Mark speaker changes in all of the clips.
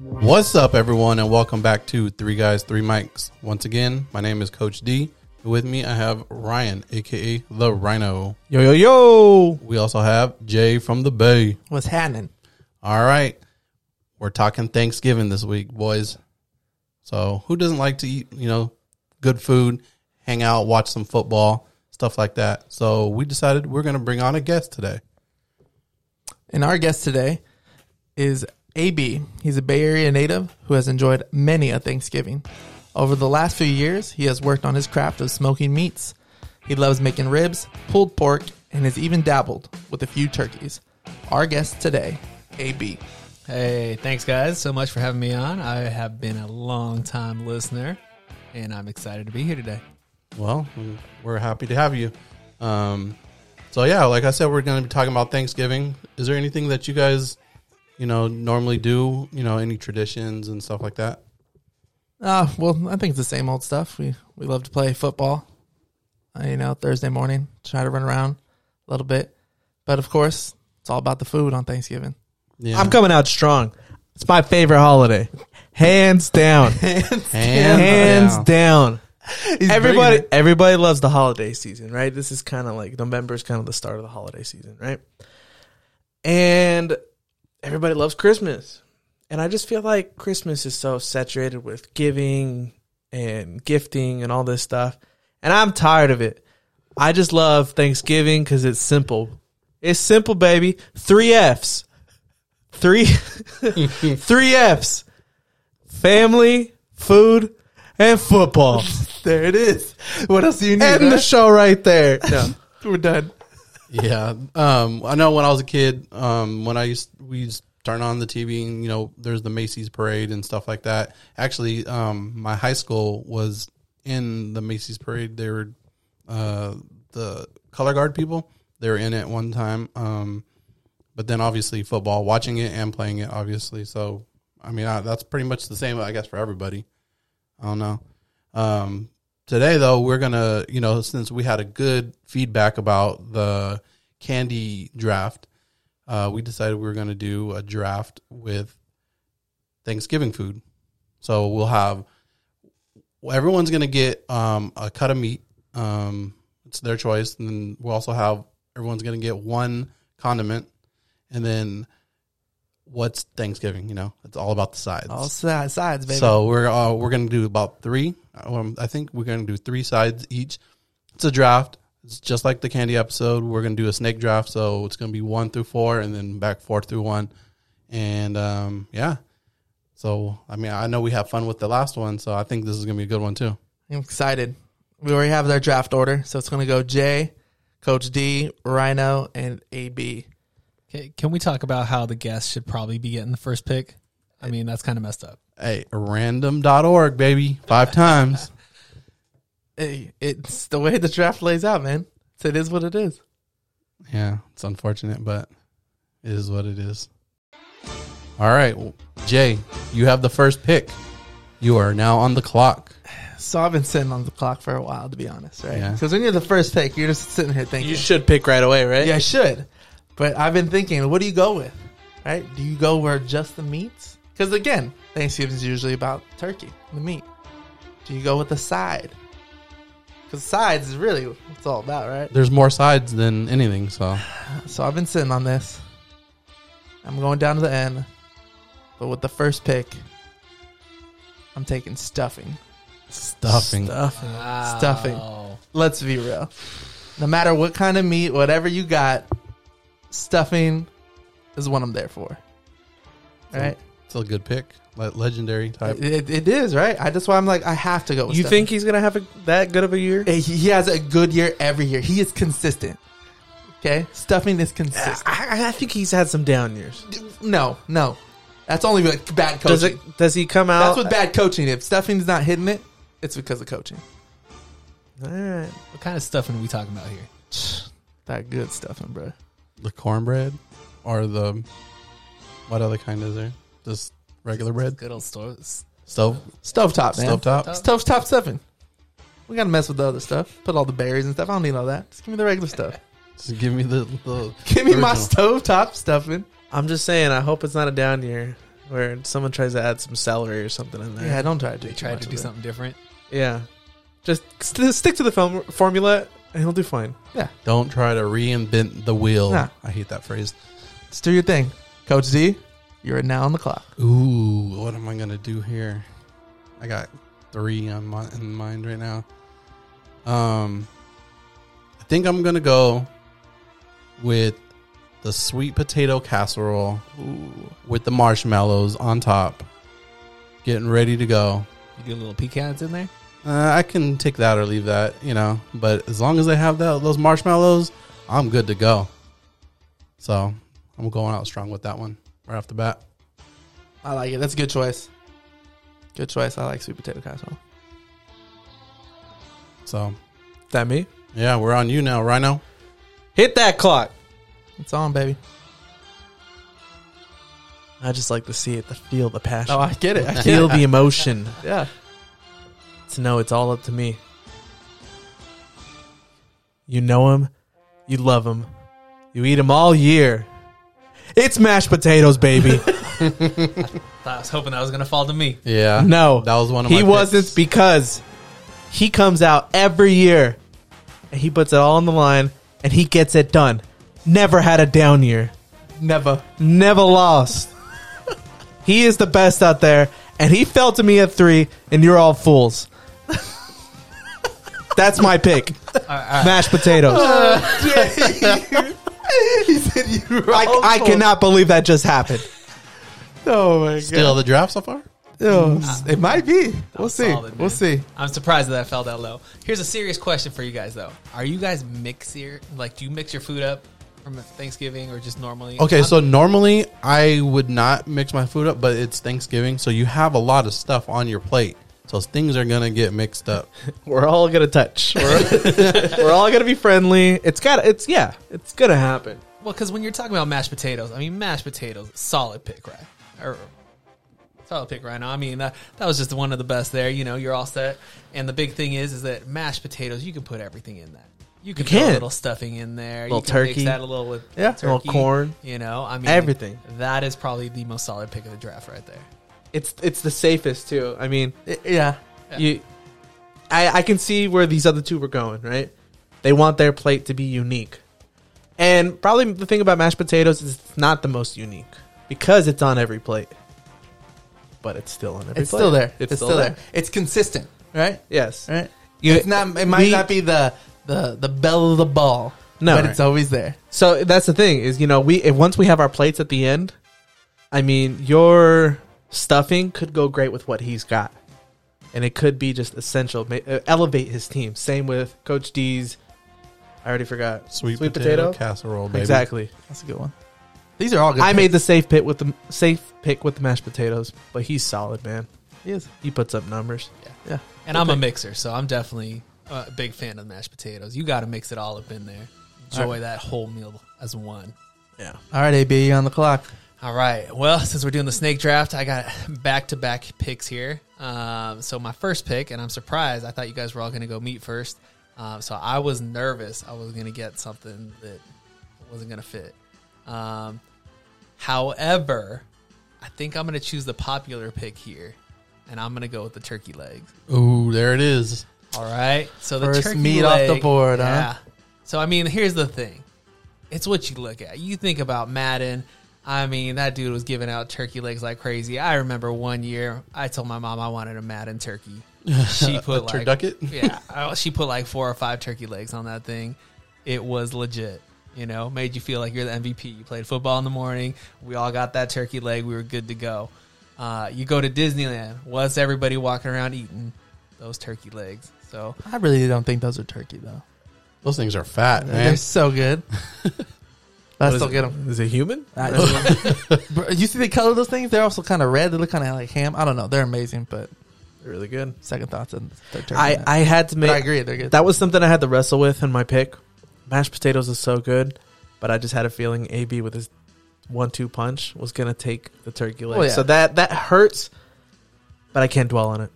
Speaker 1: What's up, everyone, and welcome back to Three Guys, Three Mics. Once again, my name is Coach D. With me, I have Ryan, aka the Rhino.
Speaker 2: Yo, yo, yo.
Speaker 1: We also have Jay from the Bay.
Speaker 2: What's happening?
Speaker 1: All right, we're talking Thanksgiving this week, boys. So, who doesn't like to eat, you know, good food, hang out, watch some football, stuff like that? So, we decided we're going to bring on a guest today.
Speaker 2: And our guest today is AB. He's a Bay Area native who has enjoyed many a Thanksgiving. Over the last few years, he has worked on his craft of smoking meats. He loves making ribs, pulled pork, and has even dabbled with a few turkeys. Our guest today, AB.
Speaker 3: Hey, thanks guys so much for having me on. I have been a long time listener and I'm excited to be here today.
Speaker 1: Well, we're happy to have you. Um, so yeah, like I said, we're going to be talking about Thanksgiving. Is there anything that you guys, you know, normally do? You know, any traditions and stuff like that?
Speaker 2: Ah, well, I think it's the same old stuff. We we love to play football. Uh, you know, Thursday morning, try to run around a little bit, but of course, it's all about the food on Thanksgiving.
Speaker 1: Yeah,
Speaker 4: I'm coming out strong. It's my favorite holiday. Hands down.
Speaker 1: hands,
Speaker 4: Hands
Speaker 1: down.
Speaker 4: down.
Speaker 2: bringing
Speaker 4: Everybody
Speaker 2: it.
Speaker 4: everybody loves the holiday season, right? This is kind of like November is kind of the start of the holiday season, right? And everybody loves Christmas. And I just feel like Christmas is so saturated with giving and gifting and all this stuff. And I'm tired of it. I just love Thanksgiving cuz it's simple. It's simple, baby. 3 Fs. 3 three F's family, food, and football.
Speaker 2: There it is. What else do you need?
Speaker 4: End the
Speaker 2: right?
Speaker 4: show right there. No.
Speaker 2: We're done.
Speaker 1: Yeah, um, I know when I was a kid, um, when I used we used to turn on the TV and you know there's the Macy's parade and stuff like that. Actually, um, my high school was in the Macy's parade. They were uh, the color guard people. They were in it one time, um, but then obviously football, watching it and playing it, obviously. So I mean, I, that's pretty much the same, I guess, for everybody. I don't know. Um, today though, we're gonna, you know, since we had a good feedback about the candy draft, uh, we decided we were gonna do a draft with Thanksgiving food. So we'll have everyone's gonna get um, a cut of meat. Um, it's their choice, and then we'll also have everyone's gonna get one condiment, and then what's Thanksgiving? You know, it's all about the sides.
Speaker 2: All si- sides, baby.
Speaker 1: So we're uh, we're gonna do about three. Um, I think we're gonna do three sides each. It's a draft. It's just like the candy episode. We're gonna do a snake draft, so it's gonna be one through four, and then back four through one, and um, yeah. So I mean, I know we have fun with the last one, so I think this is gonna be a good one too.
Speaker 2: I'm excited. We already have our draft order, so it's going to go J, Coach D, Rhino, and AB.
Speaker 3: Okay, can we talk about how the guests should probably be getting the first pick? I mean, that's kind of messed up.
Speaker 1: Hey, random.org, baby, five times.
Speaker 2: Hey, it's the way the draft lays out, man. So it is what it is.
Speaker 1: Yeah, it's unfortunate, but it is what it is. All right, well, Jay, you have the first pick. You are now on the clock.
Speaker 2: So I've been sitting on the clock for a while, to be honest, right?
Speaker 1: Yeah.
Speaker 2: Because when you're the first pick, you're just sitting here thinking,
Speaker 4: You should pick right away, right?
Speaker 2: yeah, I should. But I've been thinking, what do you go with? Right? Do you go where just the meats? Because again, Thanksgiving's usually about turkey, the meat. Do you go with the side? Because sides is really what it's all about, right?
Speaker 1: There's more sides than anything, so
Speaker 2: So I've been sitting on this. I'm going down to the end. But with the first pick, I'm taking stuffing.
Speaker 1: stuffing.
Speaker 4: Stuff.
Speaker 2: Stuffing. Let's be real. No matter what kind of meat, whatever you got, stuffing is what I'm there for. Right?
Speaker 1: It's a good pick, like legendary type.
Speaker 2: It, it is, right? I that's why I'm like, I have to go with
Speaker 4: You
Speaker 2: stuffing.
Speaker 4: think he's gonna have a, that good of a year?
Speaker 2: Hey, he he has a good year every year. He is consistent. Okay? Stuffing is
Speaker 4: I,
Speaker 2: consistent.
Speaker 4: I- I think he's had some down years.
Speaker 2: No, no. That's only like bad coaching.
Speaker 4: Does it? Does he come out?
Speaker 2: That's with bad coaching. If Stephani's not hitting it, it's because of coaching.
Speaker 4: All right.
Speaker 3: What kind of stuffing are we talking about here?
Speaker 2: That good stuffing, bro.
Speaker 1: The cornbread or the what other kind is there? Just regular bread?
Speaker 3: Good old stores.
Speaker 1: Stove
Speaker 2: Stovetop, man.
Speaker 1: stovetop?
Speaker 3: Stove-
Speaker 2: Stovetop stuffing. We gotta mess with the other stuff. Put all the berries and stuff. I don't need all that. Just give me the regular stuff.
Speaker 1: Just give me the, the
Speaker 2: Give me my
Speaker 1: original.
Speaker 2: stovetop stuffing.
Speaker 4: I'm just saying. I hope it's not a down year. where someone tries to add some celery or something in there.
Speaker 2: Yeah, don't try to do
Speaker 3: They
Speaker 2: too
Speaker 3: tried
Speaker 2: much
Speaker 3: to
Speaker 2: of
Speaker 3: do
Speaker 2: it.
Speaker 3: something different.
Speaker 4: Yeah. Just st- stick to the film formula and he'll do fine.
Speaker 1: Don't try to reinvent the wheel.
Speaker 2: Nah.
Speaker 1: I hate that phrase.
Speaker 2: Just do your thing, Coach Z. You're now on the clock.
Speaker 1: Ooh, what am I gonna do here? I got three on my in mind right now. Um, I think I'm gonna go with the sweet potato casserole
Speaker 2: Ooh,
Speaker 1: with the marshmallows on top, getting ready to go.
Speaker 3: You do a little pecans in there.
Speaker 1: Uh, I can take that or leave that, you know. But as long as they have that those marshmallows, I'm good to go. So I'm going out strong with that one right off the bat.
Speaker 2: I like it. That's a good choice. Good choice. I like sweet potato casserole.
Speaker 1: So
Speaker 4: That me?
Speaker 1: yeah, we're on you now, Rhino.
Speaker 4: Hit that clock.
Speaker 2: It's on, baby.
Speaker 4: I just like to see it, to feel the passion,
Speaker 2: Oh, I get it. I get
Speaker 4: feel
Speaker 2: it.
Speaker 4: the emotion,
Speaker 2: Yeah.
Speaker 4: to know it's all up to me. You know him, you love him, you eat him all year. It's mashed potatoes, baby.
Speaker 3: I was hoping that was gonna fall to me.
Speaker 1: Yeah.
Speaker 4: No,
Speaker 1: That was one of
Speaker 4: he
Speaker 1: my picks.
Speaker 4: wasn't because he comes out every year and he puts it all on the line and he gets it done. Never had a down year.
Speaker 2: Never.
Speaker 4: Never lost. he is the best out there, and he fell to me at three, and you're all fools. That's my pick. Mashed potatoes. I, I cannot believe that just happened.
Speaker 2: Oh my god.
Speaker 1: Still the draft so far?
Speaker 2: Yo, it might be. We'll see.
Speaker 3: solid,
Speaker 2: we'll
Speaker 3: man.
Speaker 2: see.
Speaker 3: I'm surprised that I fell that low. Here's a serious question for you guys though: Are you guys mixier? Like, do you mix your food up from Thanksgiving or just normally?
Speaker 1: Okay,
Speaker 3: I'm-
Speaker 1: so normally I would not mix my food up, but it's Thanksgiving, so you have a lot of stuff on your plate. So things are gonna get mixed up.
Speaker 4: We're all gonna touch. We're, we're all gonna be friendly. It's got. It's yeah. It's gonna happen.
Speaker 3: well, because when you're talking about mashed potatoes, I mean mashed potatoes, solid pick, right? Or solid pick right now. I mean that that was just one of the best there. You know, you're all set. And the big thing is, is that mashed potatoes, you can put everything in that. You can,
Speaker 4: You
Speaker 3: put a
Speaker 4: can.
Speaker 3: little stuffing in there.
Speaker 4: Little
Speaker 3: you can mix
Speaker 4: turkey.
Speaker 3: that a little with
Speaker 4: Yeah,
Speaker 3: turkey,
Speaker 4: little corn.
Speaker 3: You know, I mean
Speaker 4: Everything.
Speaker 3: That is probably the most solid pick of the draft right there.
Speaker 4: It's it's the safest too. I mean,
Speaker 2: I- Yeah.
Speaker 3: Yeah.
Speaker 4: you, I I can see where these other two were going. Right, they want their plate to be unique, and probably the thing about mashed potatoes is it's not the most unique because it's on every plate, but it's still on every.
Speaker 2: It's
Speaker 4: plate.
Speaker 2: still there. It's, still, there. It's consistent, right?
Speaker 4: Yes.
Speaker 2: Right.
Speaker 4: You-
Speaker 2: it's not. It might
Speaker 4: we-
Speaker 2: not be the the the bell of the ball.
Speaker 4: No.
Speaker 2: but it's always there.
Speaker 4: So that's the thing is, you know, we if, once we have our plates at the end, I mean, your stuffing could go great with what he's got, and it could be just essential. ma- uh, Elevate his team. Same with Coach D's. I already forgot
Speaker 1: Sweet,
Speaker 4: Sweet
Speaker 1: potato,
Speaker 4: potato?
Speaker 1: casserole, baby.
Speaker 4: exactly.
Speaker 2: That's a good one. These are all good.
Speaker 4: I made the safe pick with the safe pick with the mashed potatoes, but he's solid, man.
Speaker 2: Yes.
Speaker 4: He puts up numbers.
Speaker 2: Yeah.
Speaker 3: And I'm a mixer, so I'm definitely a big fan of mashed potatoes. You got to mix it all up in there. Enjoy that whole meal as one.
Speaker 4: Yeah,
Speaker 2: All right, AB, you're on the clock.
Speaker 3: All right. Well, since we're doing the snake draft, I got back to back picks here. Um, so my first pick, and I'm surprised. I thought you guys were all going to go meat first. Um, so I was nervous. I was going to get something that wasn't going to fit. Um, however, I think I'm going to choose the popular pick here, and I'm going to go with the turkey legs.
Speaker 1: Ooh, there it is.
Speaker 3: All right. So the
Speaker 2: First
Speaker 3: turkey
Speaker 2: meat off the
Speaker 3: leg-
Speaker 2: board, huh?
Speaker 3: So I mean, here's the thing. It's what you look at. You think about Madden. I mean, that dude was giving out turkey legs like crazy. I remember one year I told my mom I wanted a Madden turkey. She put
Speaker 1: A
Speaker 3: like
Speaker 1: turducket?
Speaker 3: yeah, I- she put like four or five turkey legs on that thing. It was legit. You know, made you feel like you're the MVP. You played football in the morning. We all got that turkey leg. We were good to go. Uh, you go to Disneyland. What's everybody walking around eating? Those turkey legs. So
Speaker 2: I really don't think those are turkey though.
Speaker 1: Those things are fat, man.
Speaker 2: They're so good. But I still get them.
Speaker 4: Uh, Is it human?
Speaker 2: you see the color of those things? They're also kind of red. They look kind of like ham. I don't know. They're amazing, but
Speaker 4: really good.
Speaker 2: second thoughts and third turkey.
Speaker 4: I I had to
Speaker 2: but
Speaker 4: make.
Speaker 2: I agree. They're good.
Speaker 4: That was something I had to wrestle with in my pick. Mashed potatoes is so good, but I just had a feeling AB with his one-two punch was gonna take the turkey leg.
Speaker 2: Oh, yeah.
Speaker 4: So that that hurts, but I can't dwell on it.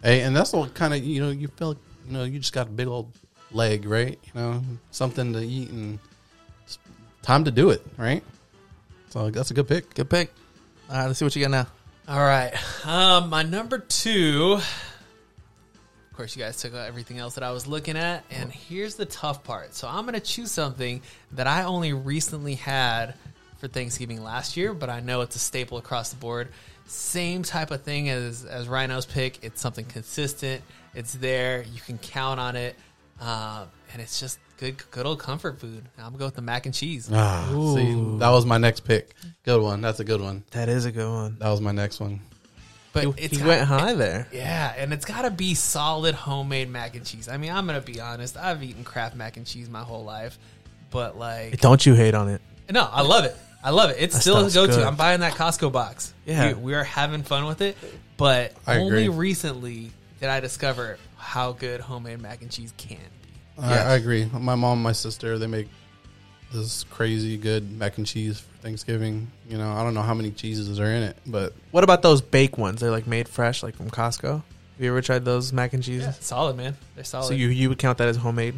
Speaker 1: Hey, and that's what kind of you know you feel you know you just got a big old leg, right? You know something to eat and it's time to do it, right? So that's a good pick.
Speaker 2: good pick. All right, let's see what you got now.
Speaker 3: All right. Um, my number two. Of course, you guys took out everything else that I was looking at, and here's the tough part. So I'm gonna choose something that I only recently had for Thanksgiving last year, but I know it's a staple across the board. Same type of thing as as Rhino's pick. It's something consistent. It's there. You can count on it, um, and it's just good good old comfort food. I'm gonna go with the mac and cheese.
Speaker 1: Ah, see, that was my next pick. Good one. That's a good one.
Speaker 4: That is a good one.
Speaker 1: That was my next one.
Speaker 3: But
Speaker 4: He,
Speaker 3: it's
Speaker 4: he went
Speaker 3: it-
Speaker 4: high there.
Speaker 3: Yeah, and it's got to be solid homemade mac and cheese. I mean, I'm gonna be honest. I've eaten Kraft mac and cheese my whole life, but like,
Speaker 4: Don't you hate on it?
Speaker 3: no, I love it. I love it. It's still a
Speaker 4: stuff's
Speaker 3: go-to.
Speaker 4: good.
Speaker 3: I'm buying that Costco box.
Speaker 4: Yeah.
Speaker 3: we, we are having fun with it, but
Speaker 1: I
Speaker 3: only
Speaker 1: agree.
Speaker 3: recently did I discover how good homemade mac and cheese can. be.
Speaker 1: I, I agree. My mom, and my sister, they make this crazy good mac and cheese for Thanksgiving. You know, I don't know how many cheeses are in it, but
Speaker 4: What about those bake ones? They're like made fresh, like from Costco. Have you ever tried those mac and cheese?
Speaker 3: Yeah, solid man. They're solid.
Speaker 4: So you you would count that as homemade?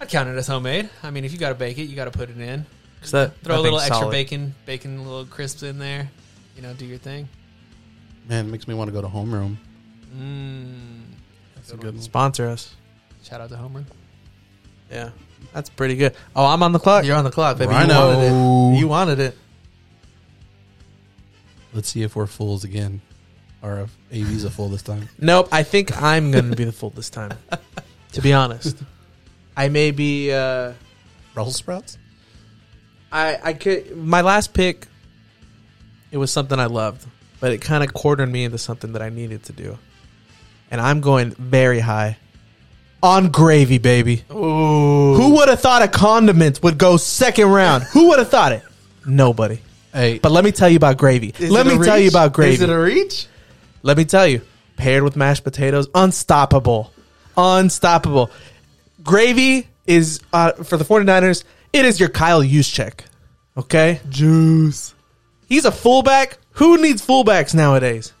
Speaker 3: I count it as homemade. I mean, if you got to bake it, you got to put it in.
Speaker 4: Because that
Speaker 3: Throw
Speaker 4: that
Speaker 3: a little
Speaker 4: thing's
Speaker 3: extra
Speaker 4: solid.
Speaker 3: bacon, bacon, little crisps in there. You know, do your thing.
Speaker 1: man, it makes me want to go to homeroom.
Speaker 3: Mm.
Speaker 1: That's a good one.
Speaker 4: Sponsor us.
Speaker 3: Shout out to Homer.
Speaker 4: Yeah, that's pretty good. Oh, I'm on the clock.
Speaker 2: You're on the clock, baby.
Speaker 1: Rhino.
Speaker 2: You wanted it. You wanted it.
Speaker 1: Let's see if we're fools again, or if AV's a fool this time.
Speaker 4: Nope, I think I'm going to be the fool this time. to be honest, I may be. Uh,
Speaker 1: Brussels sprouts.
Speaker 4: I I could my last pick. It was something I loved, but it kind of cornered me into something that I needed to do, and I'm going very high on gravy, baby.
Speaker 2: Ooh.
Speaker 4: Who would have thought a condiment would go second round? Who would have thought it? Nobody.
Speaker 1: Hey,
Speaker 4: But let me tell you about gravy. let me tell you about gravy.
Speaker 2: Is it a reach?
Speaker 4: Let me tell you, paired with mashed potatoes, unstoppable. Unstoppable. Gravy is, uh, for the 49ers, it is your Kyle Juszczyk. Okay? Juice. He's a fullback. Who needs fullbacks nowadays?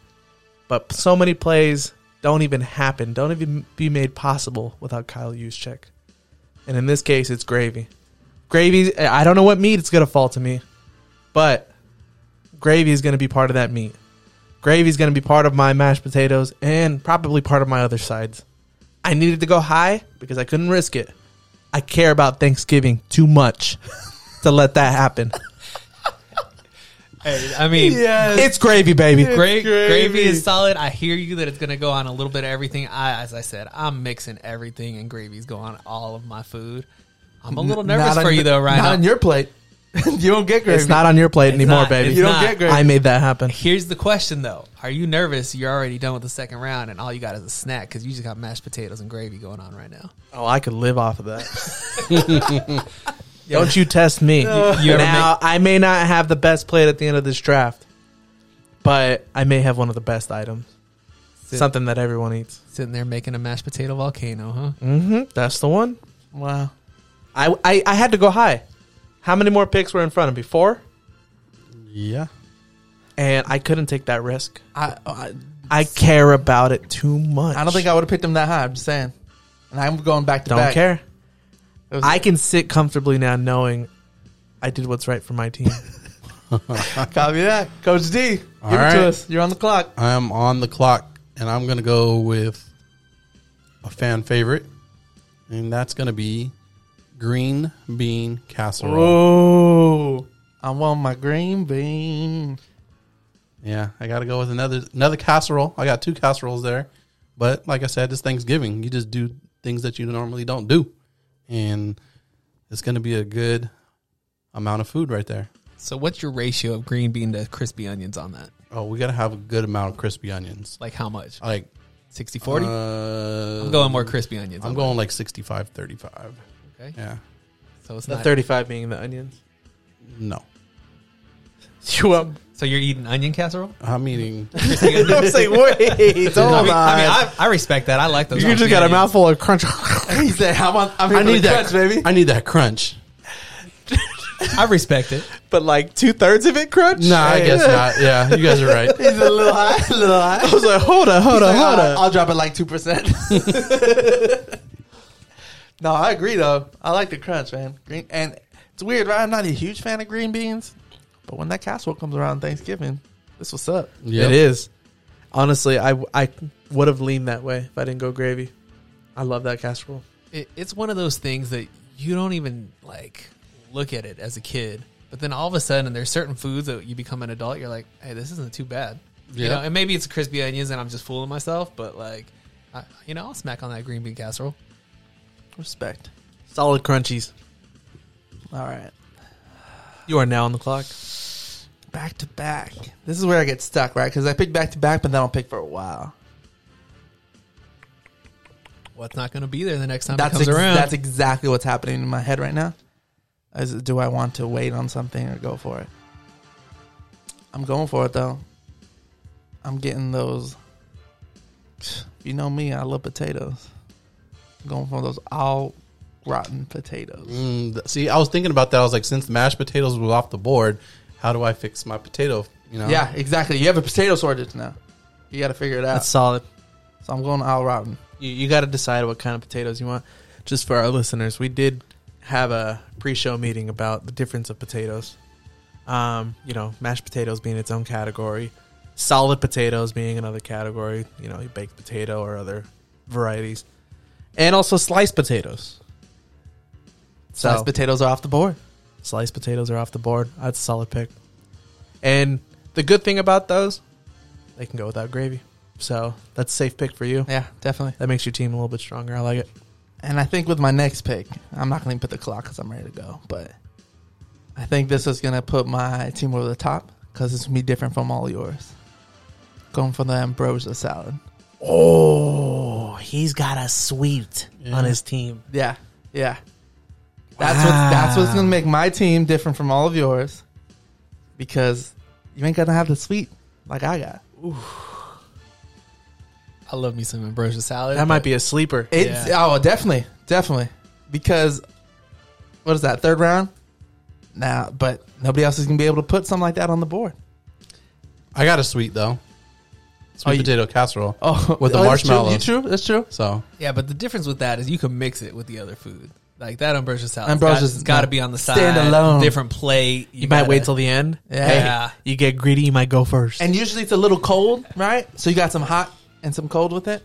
Speaker 4: But so many plays don't even happen, don't even be made possible without Kyle Juszczyk. And in this case, it's gravy. Gravy, I don't know what meat it's going to fall to me, but gravy is going to be part of that meat. Gravy's going to be part of my mashed potatoes and probably part of my other sides. I needed to go high because I couldn't risk it. I care about Thanksgiving too much to let that happen.
Speaker 3: Hey, I mean,
Speaker 4: It's gravy, baby.
Speaker 3: great
Speaker 2: gravy.
Speaker 3: gravy is solid. I hear you that it's gonna go on a little bit of everything. I, as I said, I'm mixing everything, and gravy's going on all of my food. I'm a little nervous
Speaker 2: Not on
Speaker 3: for you
Speaker 2: your-
Speaker 3: though,
Speaker 2: Not
Speaker 3: Ryan.
Speaker 2: on your plate. you don't get gravy.
Speaker 4: It's not on your plate anymore,
Speaker 3: not.
Speaker 4: baby.
Speaker 3: It's
Speaker 2: You don't
Speaker 3: not.
Speaker 2: get gravy.
Speaker 4: I made that happen.
Speaker 3: Here's the question though: Are you nervous? You're already done with the second round, and all you got is a snack because you just got mashed potatoes and gravy going on right now.
Speaker 4: Oh, I could live off of that. Don't you test me.
Speaker 3: you ever
Speaker 4: now, I may not have the best plate at the end of this draft, but I may have one of the best items.
Speaker 3: Sit-
Speaker 4: Something that everyone eats.
Speaker 3: Sitting there making a mashed potato volcano, huh?
Speaker 4: Mm-hmm. That's the one.
Speaker 2: Wow.
Speaker 4: I, I I had to go high. How many more picks were in front of me? Four,
Speaker 1: yeah,
Speaker 4: and I couldn't take that risk.
Speaker 2: I, oh, I
Speaker 4: I care about it too much.
Speaker 2: I don't think I would have picked him that high. I'm just saying. And I'm going back to
Speaker 4: don't
Speaker 2: back.
Speaker 4: care.
Speaker 2: It was-
Speaker 4: I can sit comfortably now, knowing I did what's right for my team.
Speaker 2: Copy that, Coach D. Give
Speaker 1: All
Speaker 2: it
Speaker 1: right.
Speaker 2: to us. You're on the clock.
Speaker 1: I am on the clock, and I'm gonna go with a fan favorite, and that's gonna be green bean casserole.
Speaker 2: Oh, I want my green bean.
Speaker 1: Yeah, I got to go with another another casserole. I got two casseroles there, but like I said, it's Thanksgiving. You just do things that you normally don't do, and it's going to be a good amount of food right there.
Speaker 3: So, what's your ratio of green bean to crispy onions on that?
Speaker 1: Oh, we got to have a good amount of crispy onions.
Speaker 3: Like how much?
Speaker 1: Like
Speaker 3: 60 40?
Speaker 1: Uh,
Speaker 3: I'm going more crispy onions.
Speaker 1: I'm going like 65 35.
Speaker 3: Okay.
Speaker 1: Yeah.
Speaker 3: So it's
Speaker 4: the
Speaker 3: not.
Speaker 4: thirty-five being the onions.
Speaker 1: No.
Speaker 4: You um,
Speaker 3: So you're eating onion casserole?
Speaker 1: I'm eating
Speaker 3: Crispy onion.
Speaker 4: I'm saying, wait,
Speaker 2: Oh
Speaker 4: hold
Speaker 3: I
Speaker 4: on.
Speaker 3: mean, I, mean, I, I respect that. I like those.
Speaker 4: you just
Speaker 3: crispy
Speaker 4: got a
Speaker 3: onions.
Speaker 4: mouthful of crunch.
Speaker 2: He said, "I want. I'm here
Speaker 1: I
Speaker 2: for
Speaker 1: need
Speaker 2: the
Speaker 1: that
Speaker 2: crunch, baby."
Speaker 1: I need that crunch.
Speaker 3: I respect it.
Speaker 4: but like two thirds of it crunch.
Speaker 1: No, I guess not. Yeah, you guys are right.
Speaker 2: He's a little high. A little high.
Speaker 4: I was like, hold on, hold on,
Speaker 2: He's like,
Speaker 4: hold
Speaker 2: I'll,
Speaker 4: on.
Speaker 2: I'll drop it like two percent. no, I agree though. I like the crunch, man. Green and it's weird, right? I'm not a huge fan of green beans, but when that casserole comes around Thanksgiving, That's what's up.
Speaker 1: Yep.
Speaker 4: It is. Honestly, I, I would have leaned that way if I didn't go gravy. I love that casserole.
Speaker 3: it, it's one of those things that you don't even like look at it as a kid but then all of a sudden there's certain foods that you become an adult you're like hey this isn't too bad you
Speaker 1: Yeah.
Speaker 3: know and maybe it's crispy onions and i'm just fooling myself but like I, you know i'll smack on that green bean casserole
Speaker 2: Respect.
Speaker 4: Solid crunchies.
Speaker 2: All right.
Speaker 4: You are now on the clock.
Speaker 2: Back to back. This is where I get stuck, right? Because I pick back to back, but then I'll pick for a while.
Speaker 3: what's not going to be there the next time
Speaker 2: That's
Speaker 3: it comes
Speaker 2: ex-
Speaker 3: around
Speaker 2: that's exactly what's happening in my head right now. Is do I want to wait on something or go for it? I'm going for it though. I'm getting those. You know me, I love potatoes. I'm going for those all rotten potatoes.
Speaker 1: Mm, th- see, I was thinking about that. I was like, since mashed potatoes was off the board, how do I fix my potato? You know,
Speaker 2: Yeah, exactly. You have a potato shortage now. You got to figure it out.
Speaker 4: That's solid.
Speaker 2: so I'm going all rotten.
Speaker 4: You, you got to decide what kind of potatoes you want. Just for our listeners, we did have a pre-show meeting about the difference of potatoes. Um, you know, mashed potatoes being its own category, solid potatoes being another category. You know, baked potato or other varieties, and also sliced potatoes. So
Speaker 2: Sliced
Speaker 4: sliced,
Speaker 2: potatoes are off the board.
Speaker 4: potatoes are off the board. That's a solid pick. And the good thing about those, they can go without gravy. So that's a safe pick for you.
Speaker 2: Yeah, definitely.
Speaker 4: That makes your team a little bit stronger. I like it.
Speaker 2: And I think with my next pick, I'm not going to put the clock because I'm ready to go. But I think this is going to put my team over the top because it's going to be different from all yours. Going for the ambrosia salad.
Speaker 4: Oh, he's got a sweet on his team.
Speaker 2: Yeah, yeah. That's what that's what's going to make my team different from all of yours because you ain't going to have the sweet like I got.
Speaker 3: i love me some ambrosia salad
Speaker 4: That might
Speaker 3: but
Speaker 4: be a sleeper.
Speaker 2: It's oh, definitely, definitely because what is that third round? Nah, but nobody else is going to be able to put something like that on the board.
Speaker 1: I got a sweet though, sweet
Speaker 2: Oh, you-
Speaker 1: potato casserole.
Speaker 2: Oh,
Speaker 1: With the
Speaker 2: oh, that's true.
Speaker 1: marshmallow.
Speaker 2: You true? That's true.
Speaker 1: So
Speaker 3: yeah but the difference with that is you can mix it with the other food like that ambrosia salad
Speaker 2: Ambrosia's
Speaker 3: it's got to
Speaker 2: not-
Speaker 3: be on the side
Speaker 2: stand alone.
Speaker 3: different plate
Speaker 4: you might wait
Speaker 3: gotta-
Speaker 4: till the end.
Speaker 2: Yeah.
Speaker 3: yeah
Speaker 4: You get greedy, you might go first.
Speaker 2: And usually it's a little cold, right? So you got some hot and some cold with it.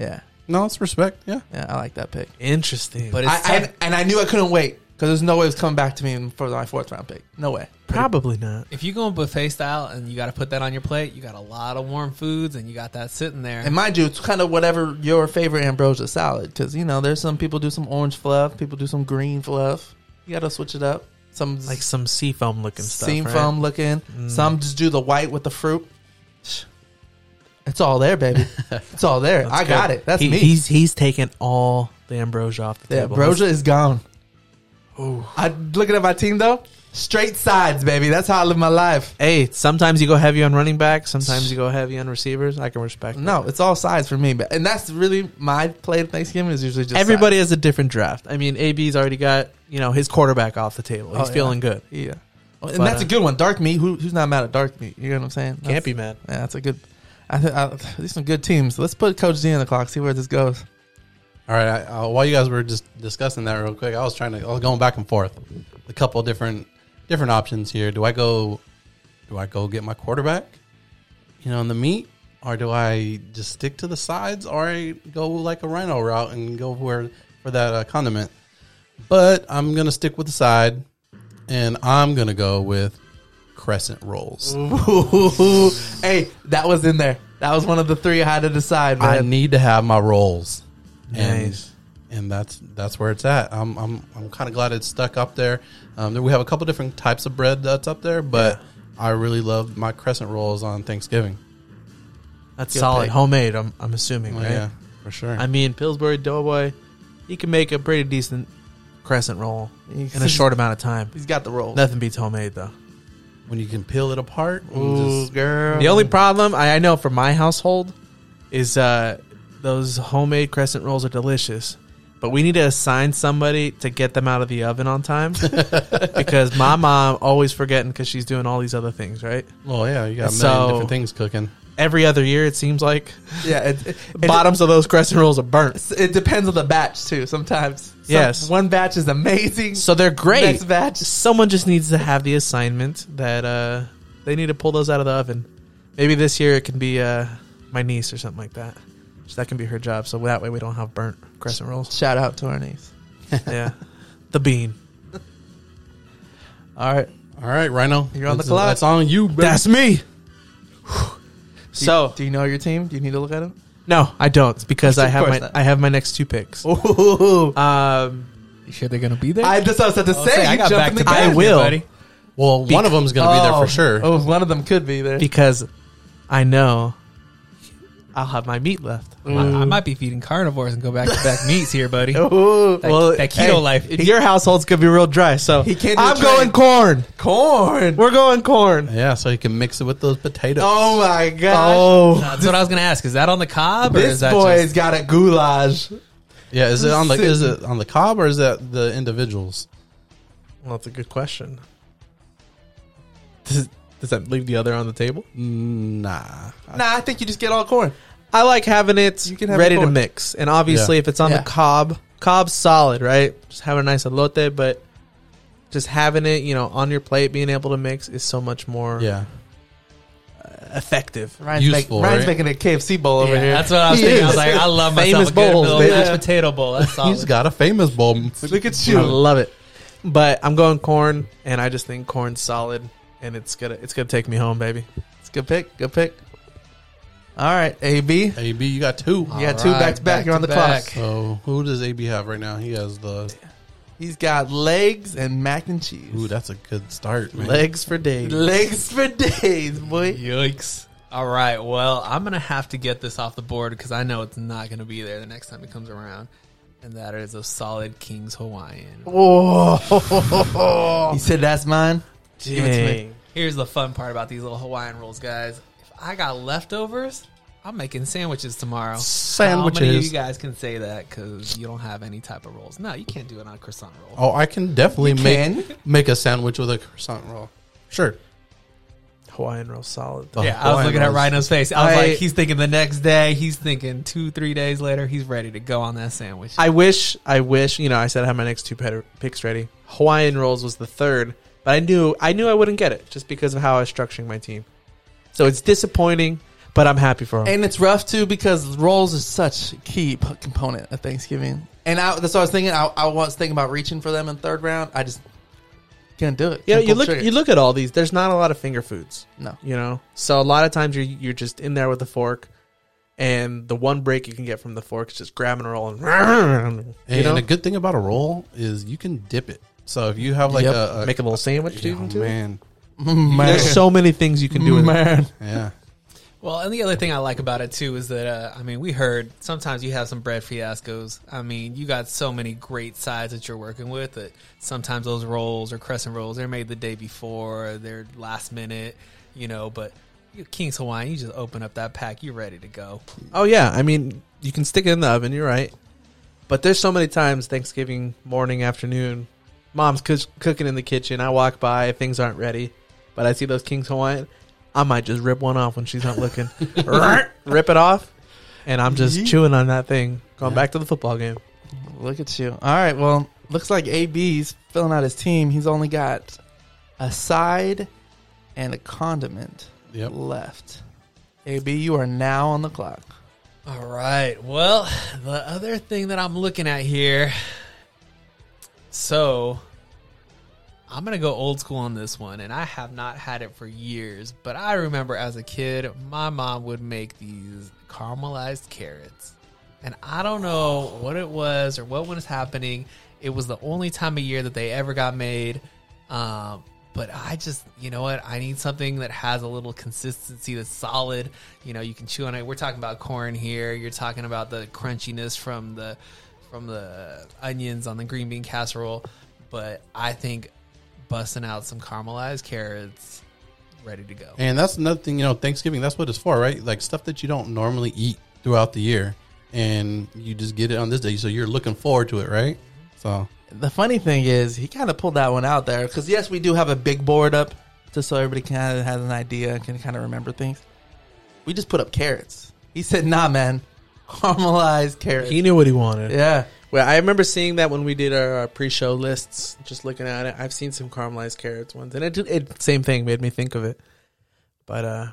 Speaker 2: Yeah,
Speaker 1: no, it's respect. Yeah,
Speaker 2: yeah, I like that pick.
Speaker 4: Interesting.
Speaker 3: but
Speaker 4: But
Speaker 3: it's
Speaker 2: I,
Speaker 3: tough.
Speaker 2: and, and I knew I couldn't wait because there's no way it was coming back to me for my fourth round pick. No way.
Speaker 4: probably not.
Speaker 3: If you go in buffet style and you got to put that on your plate, you got a lot of warm foods and you got that sitting there.
Speaker 2: And mind you, it's kind of whatever your favorite ambrosia salad because you know there's some people do some orange fluff, people do some green fluff. You got to switch it up. Some
Speaker 4: Like some seafoam looking stuff.
Speaker 2: steam
Speaker 4: right?
Speaker 2: foam looking.
Speaker 4: Mm.
Speaker 2: Some just do the white with the fruit. It's all there, baby. It's all there.
Speaker 4: That's
Speaker 2: I
Speaker 4: good.
Speaker 2: got it. That's
Speaker 4: He-
Speaker 2: me.
Speaker 4: He's he's taking all the ambrosia off the
Speaker 2: The
Speaker 4: table.
Speaker 2: ambrosia is gone.
Speaker 4: Ooh.
Speaker 2: I looking at my team though. Straight sides, baby. That's how I live my life.
Speaker 4: Hey, sometimes you go heavy on running back, sometimes you go heavy on receivers. I can respect it.
Speaker 2: No, it's all sides for me, but and that's really my play at Thanksgiving is usually just
Speaker 4: Everybody has a different draft. I mean, AB's already got, you know, his quarterback off the table.
Speaker 2: Oh,
Speaker 4: He's
Speaker 2: yeah.
Speaker 4: feeling good.
Speaker 2: sides. Yeah, and
Speaker 4: But,
Speaker 2: that's
Speaker 4: uh,
Speaker 2: a good one. Dark meat. Who, who's not mad at dark meat? You know what I'm saying?
Speaker 4: Can't
Speaker 2: That's-
Speaker 4: be mad.
Speaker 2: Yeah, that's a good. I, th- I these some good teams. Let's put Coach Z on the clock. See where this goes.
Speaker 1: all right. I, uh, while you guys were just discussing that real quick, I was trying to. I was going back and forth, a couple different different options here. Do I go? Do I go get my quarterback? You know, in the meat, or do I just stick to the sides, or I go like a rhino route and go where for that uh, condiment? But I'm gonna stick with the side, and I'm gonna go with crescent rolls.
Speaker 2: hey, that was in there. That was one of the three I had to decide.
Speaker 1: I
Speaker 2: Man.
Speaker 1: need to have my rolls.
Speaker 4: Nice.
Speaker 1: And, and that's that's where it's at. I'm I'm I'm kind of glad it's stuck up there. Um, there- we have a couple different types of bread that's up there, but I really love my crescent rolls on Thanksgiving.
Speaker 4: That's
Speaker 2: Good
Speaker 4: solid.
Speaker 2: pick.
Speaker 4: Homemade, I'm, I'm assuming,
Speaker 1: Oh,
Speaker 4: right?
Speaker 1: Yeah, for sure.
Speaker 4: I mean, Pillsbury Doughboy, you can make a pretty decent crescent roll in a short amount of time.
Speaker 2: He's got the roll.
Speaker 4: Nothing beats homemade, though.
Speaker 1: when you can peel it apart, and
Speaker 2: Ooh,
Speaker 1: just-
Speaker 2: girl.
Speaker 4: The only problem I, I know for my household is uh, those homemade crescent rolls are delicious, but we need to assign somebody to get them out of the oven on time because my mom always forgetting because she's doing all these other things, right?
Speaker 1: well, yeah, you got a million
Speaker 4: So-
Speaker 1: different things cooking.
Speaker 4: Every other year, it seems like
Speaker 2: yeah, it, it,
Speaker 4: bottoms of those crescent rolls are burnt.
Speaker 2: it depends on the batch too. Sometimes, Some-
Speaker 4: Yes.
Speaker 2: one batch is amazing.
Speaker 4: So they're great.
Speaker 2: Next batch.
Speaker 4: Someone just needs to have the assignment that uh, They need to pull those out of the oven. Maybe this year it can be uh, my niece or something like that. So that can be her job. So that way we don't have burnt crescent rolls.
Speaker 2: Shout out to our niece.
Speaker 4: yeah, the bean.
Speaker 2: All right.
Speaker 1: All right, Rhino.
Speaker 2: You're on the
Speaker 1: That's-
Speaker 2: clock.
Speaker 1: That's on you, baby.
Speaker 4: That's me. Whew.
Speaker 2: Do you-
Speaker 4: So
Speaker 2: do you know your team? Do you need to look at him?
Speaker 4: no, I don't because I
Speaker 2: Of
Speaker 4: have
Speaker 2: course
Speaker 4: my
Speaker 2: not. Oh.
Speaker 4: I have my next two picks.
Speaker 2: Ooh.
Speaker 4: Um,
Speaker 3: You sure they're gonna be there?
Speaker 2: I just I was about to say,
Speaker 3: say, I
Speaker 2: you
Speaker 3: got
Speaker 2: jumped
Speaker 3: back
Speaker 2: in the
Speaker 3: to back
Speaker 2: gun.
Speaker 4: I will
Speaker 1: Well, one of them's going to be there
Speaker 2: Oh.
Speaker 1: for sure.
Speaker 2: Oh, one of them could be there.
Speaker 4: because I know I'll have my meat left.
Speaker 3: I, I might be feeding carnivores and go back to back meats here, buddy.
Speaker 2: Ooh.
Speaker 3: That- that keto life.
Speaker 4: Your household's gonna be real dry, so
Speaker 2: He can't do
Speaker 4: I'm
Speaker 2: a
Speaker 4: going
Speaker 2: trade.
Speaker 4: corn.
Speaker 2: corn.
Speaker 4: We're going corn.
Speaker 1: Yeah, so you can mix it with those potatoes.
Speaker 2: Oh my gosh.
Speaker 4: Oh,
Speaker 3: That's what I was gonna ask. Is that on the cob? Or is
Speaker 2: This
Speaker 3: that
Speaker 2: boy's
Speaker 3: just,
Speaker 2: got a goulash.
Speaker 1: Yeah, is it on the is it on the cob or is that the individuals?
Speaker 4: well, that's a good question. Does, does that leave the other on the table?
Speaker 1: Nah.
Speaker 2: Nah, I think you just get all corn.
Speaker 4: I like having it
Speaker 2: You can have
Speaker 4: ready
Speaker 2: it
Speaker 4: to
Speaker 2: going.
Speaker 4: mix, and obviously,
Speaker 1: Yeah.
Speaker 4: if it's on
Speaker 2: Yeah.
Speaker 4: the cob, cob's solid, right? Just have a nice elote, but just having it, you know, on your plate, being able to mix is so much more
Speaker 1: Yeah.
Speaker 4: effective.
Speaker 2: Ryan's,
Speaker 1: Useful, right?
Speaker 2: Ryan's making a KFC bowl over
Speaker 3: Yeah,
Speaker 2: here.
Speaker 3: That's what I was
Speaker 4: He
Speaker 3: thinking. I was
Speaker 4: is.
Speaker 3: like, I love myself
Speaker 4: Famous
Speaker 3: a good
Speaker 4: bowls,
Speaker 3: little
Speaker 4: baby.
Speaker 3: mashed
Speaker 4: Yeah.
Speaker 3: potato bowl. That's solid.
Speaker 1: He's got a famous bowl.
Speaker 2: Look at
Speaker 4: I
Speaker 2: you.
Speaker 4: love it. But I'm going corn, and I just think corn's solid, and it's gonna it's gonna take me home, baby.
Speaker 2: It's a good pick. Good pick. All right, AB.
Speaker 1: AB, you got two.
Speaker 2: You got two
Speaker 3: right,
Speaker 2: back to back.
Speaker 3: back
Speaker 2: You're on
Speaker 3: to
Speaker 2: the clock.
Speaker 3: back.
Speaker 1: So who does AB have right now? He has the
Speaker 2: He's got legs and mac and cheese.
Speaker 1: ooh. That's a good start, man.
Speaker 4: Legs for days.
Speaker 2: legs for days, boy.
Speaker 3: Yikes. All right. Well, I'm going to have to get this off the board because I know it's not going to be there the next time it comes around. And that is a solid King's Hawaiian.
Speaker 2: Whoa. he said that's mine. Give it to me.
Speaker 4: Dang.
Speaker 3: Here's the fun part about these little Hawaiian rolls, guys. If I got leftovers, I'm making sandwiches tomorrow. How many of you
Speaker 1: Sandwiches.
Speaker 3: guys can say that because you don't have any type of rolls? No, you can't do it on a croissant roll.
Speaker 1: Oh, I can definitely
Speaker 2: You
Speaker 1: make
Speaker 2: can?
Speaker 1: make a sandwich with a croissant roll. Sure.
Speaker 4: Hawaiian roll solid.
Speaker 1: Oh,
Speaker 4: Though.
Speaker 3: Yeah, I was
Speaker 1: Hawaiian
Speaker 3: looking at
Speaker 1: rolls.
Speaker 3: Rhino's face. I was
Speaker 4: I-
Speaker 3: like, he's thinking the next day. He's thinking two, three days later. He's ready to go on that sandwich.
Speaker 4: I wish, I wish, you know, I said I had my next two pet- picks ready. Hawaiian rolls was the third, but I knew, I knew I wouldn't get it just because of how I was structuring my team. So it's disappointing, but I'm happy for him.
Speaker 2: And it's rough too because rolls are such a key p- component of Thanksgiving. And I, that's what I was thinking. I, I was thinking about reaching for them in third round. I just can't do it.
Speaker 4: you know,
Speaker 2: Can't
Speaker 4: you
Speaker 2: pull
Speaker 4: look,
Speaker 2: the trigger.
Speaker 4: you look at all these. There's not a lot of finger foods,
Speaker 2: no.
Speaker 4: you know. So a lot of times you're you're just in there with a fork, and the one break you can get from the fork is just grabbing a roll and you
Speaker 1: And
Speaker 4: know,
Speaker 1: a good thing about a roll is you can dip it. So if you have like
Speaker 2: Yep.
Speaker 1: a, a
Speaker 4: make a little sandwich.
Speaker 1: oh,
Speaker 4: dude, too.
Speaker 1: man,
Speaker 2: Man.
Speaker 4: There's so many things you can do with it.
Speaker 2: man.
Speaker 1: yeah.
Speaker 3: Well, and the other thing I like about it too is that uh, I mean, we heard sometimes you have some bread fiascos. I mean, you got so many great sides that you're working with that sometimes those rolls or crescent rolls they're made the day before, they're last minute, you know. But you- King's Hawaiian, you just open up that pack, you're ready to go.
Speaker 4: Oh yeah, I mean you can stick it in the oven. You're right, but there's so many times Thanksgiving morning, afternoon, mom's coo- cooking in the kitchen. I walk by, things aren't ready, but I see those King's Hawaiian. I might just rip one off when she's not looking. rip it off, and I'm just
Speaker 2: Yeet.
Speaker 4: chewing on that thing. Going back to the football game.
Speaker 2: Look at you. All right. Well, looks like AB's filling out his team. He's only got a side and a condiment
Speaker 1: Yep.
Speaker 2: left. AB, you are now on the clock.
Speaker 3: All right. Well, the other thing that I'm looking at here. So, I'm going to go old school on this one, and I have not had it for years, but I remember as a kid, my mom would make these caramelized carrots. And I don't know what it was or what was happening. It was the only time of year that they ever got made. Um, but I just, you know what? I need something that has a little consistency that's solid. You know, you can chew on it. We're talking about corn here. You're talking about the crunchiness from the from the onions on the green bean casserole. But I think busting out some caramelized carrots, ready to go.
Speaker 1: And that's another thing, you know, Thanksgiving, that's what it's for, right? Like stuff that you don't normally eat throughout the year. And you just get it on this day. So you're looking forward to it, right? So,
Speaker 2: The funny thing is, he kind of pulled that one out there because yes, we do have a big board up just so everybody kind of has an idea and can kind of remember things. We just put up carrots. He said, "Nah, man, caramelized carrots."
Speaker 4: He knew what he wanted.
Speaker 2: yeah,
Speaker 4: Well, I remember seeing that when we did our, our pre-show lists. Just looking at it, I've seen some caramelized carrots ones, and it, did- it same thing made me think of it. But uh,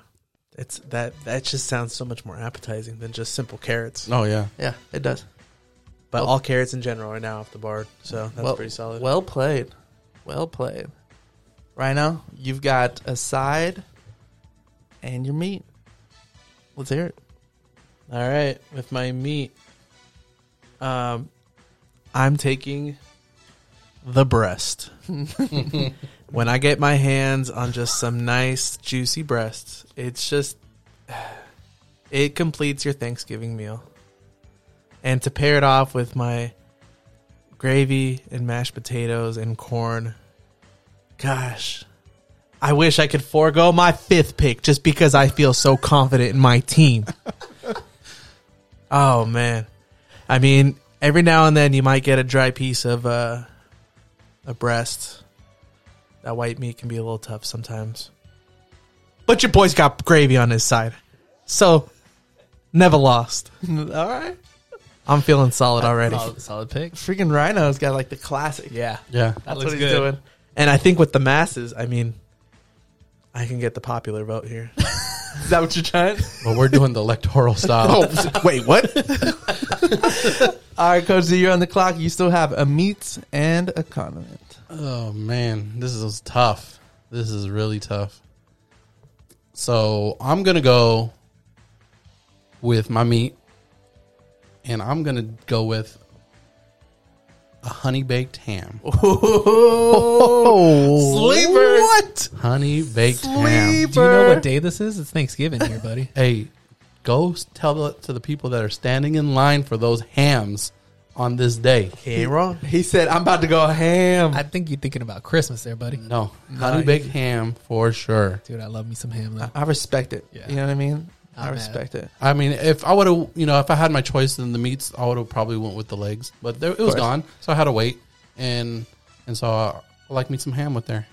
Speaker 4: it's that that just sounds so much more appetizing than just simple carrots.
Speaker 1: Oh yeah.
Speaker 2: Yeah, it does.
Speaker 4: But
Speaker 2: Well-
Speaker 4: all carrots in general are now off the board, so that's
Speaker 2: Well-
Speaker 4: pretty solid.
Speaker 2: Well played. Well played. Right now, you've got a side and your meat. Let's hear it.
Speaker 4: all right, with my meat, um, I'm taking the breast. when I get my hands on just some nice juicy breasts, it's just it completes your Thanksgiving meal. And to pair it off with my gravy and mashed potatoes and corn, gosh, I wish I could forego my fifth pick just because I feel so confident in my team. oh man, I mean, every now and then you might get a dry piece of uh, a breast. That white meat can be a little tough sometimes, but your boy's got gravy on his side, so never lost.
Speaker 2: All right.
Speaker 4: I'm feeling solid already.
Speaker 3: Solid, solid pick.
Speaker 2: Freaking Rhino's got like the classic.
Speaker 4: Yeah.
Speaker 1: Yeah.
Speaker 3: That
Speaker 2: That's
Speaker 3: looks
Speaker 2: what he's
Speaker 3: good.
Speaker 2: doing.
Speaker 4: And I think with the masses, I mean, I can get the popular vote here.
Speaker 2: Is that what you're trying?
Speaker 1: Well, we're doing the electoral style.
Speaker 4: wait, what?
Speaker 2: All right, Coach Z, you're on the clock. You still have a meat and a condiment.
Speaker 1: Oh man, this is tough. This is really tough. So I'm gonna go with my meat, and I'm gonna go with a honey baked ham.
Speaker 2: Oh,
Speaker 4: Sleeper.
Speaker 2: What?
Speaker 1: Honey baked ham.
Speaker 3: Do you know what day this is? It's Thanksgiving here, buddy.
Speaker 1: Hey, go s- tell it to the people that are standing in line for those hams on this day.
Speaker 4: He ain't wrong.
Speaker 2: He said, I'm about to go ham.
Speaker 3: I think you're thinking about Christmas there, buddy.
Speaker 1: No, honey baked ham for sure.
Speaker 3: Dude, I love me some ham though.
Speaker 2: I respect it.
Speaker 3: Yeah.
Speaker 2: You know what I mean?
Speaker 3: Not
Speaker 2: I
Speaker 3: mad.
Speaker 2: respect it.
Speaker 1: I mean, if I would have, you know, if I had my choice in the meats, I would have probably went with the legs, but there, it was
Speaker 2: course.
Speaker 1: gone, so I had to wait, and and so I like me some ham with there.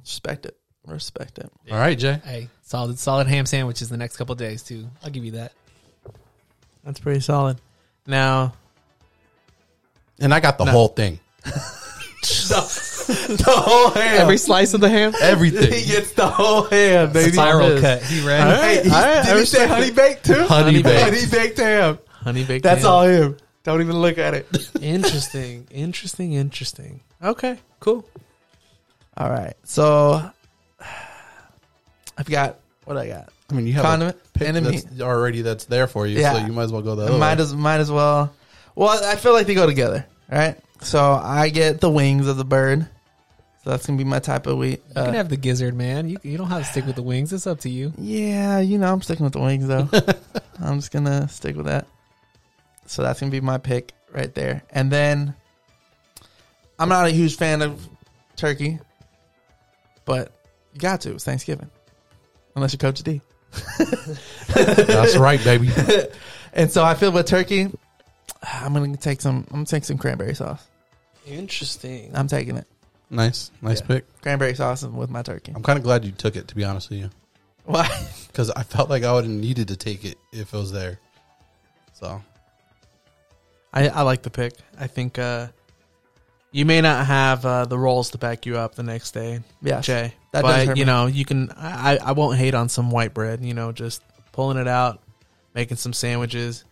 Speaker 2: Respect it. Respect it.
Speaker 1: All right, Jay.
Speaker 3: Hey, solid, solid ham sandwiches the next couple of days too. I'll give you that.
Speaker 4: That's pretty solid. Now,
Speaker 1: And I got the whole thing,
Speaker 2: The whole ham.
Speaker 4: every slice of the ham.
Speaker 2: he
Speaker 1: everything,
Speaker 2: gets the whole ham, baby.
Speaker 3: Spiral cut. He ready?
Speaker 2: Hey, he,
Speaker 4: All right,
Speaker 2: did
Speaker 4: I
Speaker 2: he say
Speaker 4: respect
Speaker 2: honey baked too?
Speaker 1: honey baked.
Speaker 2: Honey baked ham.
Speaker 4: Honey baked.
Speaker 2: That's
Speaker 4: ham.
Speaker 2: all him. Don't even look at it.
Speaker 4: Interesting. Interesting. Interesting. Okay. Cool.
Speaker 2: All right. So I've got what I got.
Speaker 1: I mean, you have
Speaker 2: Condiment
Speaker 1: a pick
Speaker 2: and a
Speaker 1: that's already that's there for you, so
Speaker 2: Yeah.
Speaker 1: you might as well go the
Speaker 3: Oh.
Speaker 2: I
Speaker 1: other
Speaker 2: might
Speaker 1: way.
Speaker 2: as might as well. Well, I feel like they go together, right? So I get the wings of the bird. So that's gonna be my type of wheat.
Speaker 3: You
Speaker 2: uh,
Speaker 3: can have the gizzard, man. You, you don't have to stick with the wings. It's up to you.
Speaker 2: Yeah, you know, I'm sticking with the wings though. I'm just gonna stick with that. So that's gonna be my pick right there. And then I'm not a huge fan of turkey, but you got to. It's Thanksgiving, unless you're Coach D.
Speaker 1: That's right, baby.
Speaker 2: And so I feel with turkey, I'm gonna take some. I'm gonna take some cranberry sauce.
Speaker 4: Interesting.
Speaker 2: I'm taking it.
Speaker 1: Nice, nice
Speaker 2: Yeah.
Speaker 1: pick.
Speaker 2: Cranberry sauce with my turkey.
Speaker 1: I'm kind of glad you took it, to be honest with you,
Speaker 2: Why?
Speaker 1: because I felt like I would have needed to take it if it was there. So
Speaker 4: I, I like the pick. I think uh, you may not have uh, the rolls to back you up the next day,
Speaker 2: Yeah,
Speaker 4: Jay.
Speaker 2: That does
Speaker 4: but
Speaker 2: hurt
Speaker 4: you
Speaker 2: me.
Speaker 4: know, you can. I I- I won't hate on some white bread. You know, just pulling it out, making some sandwiches,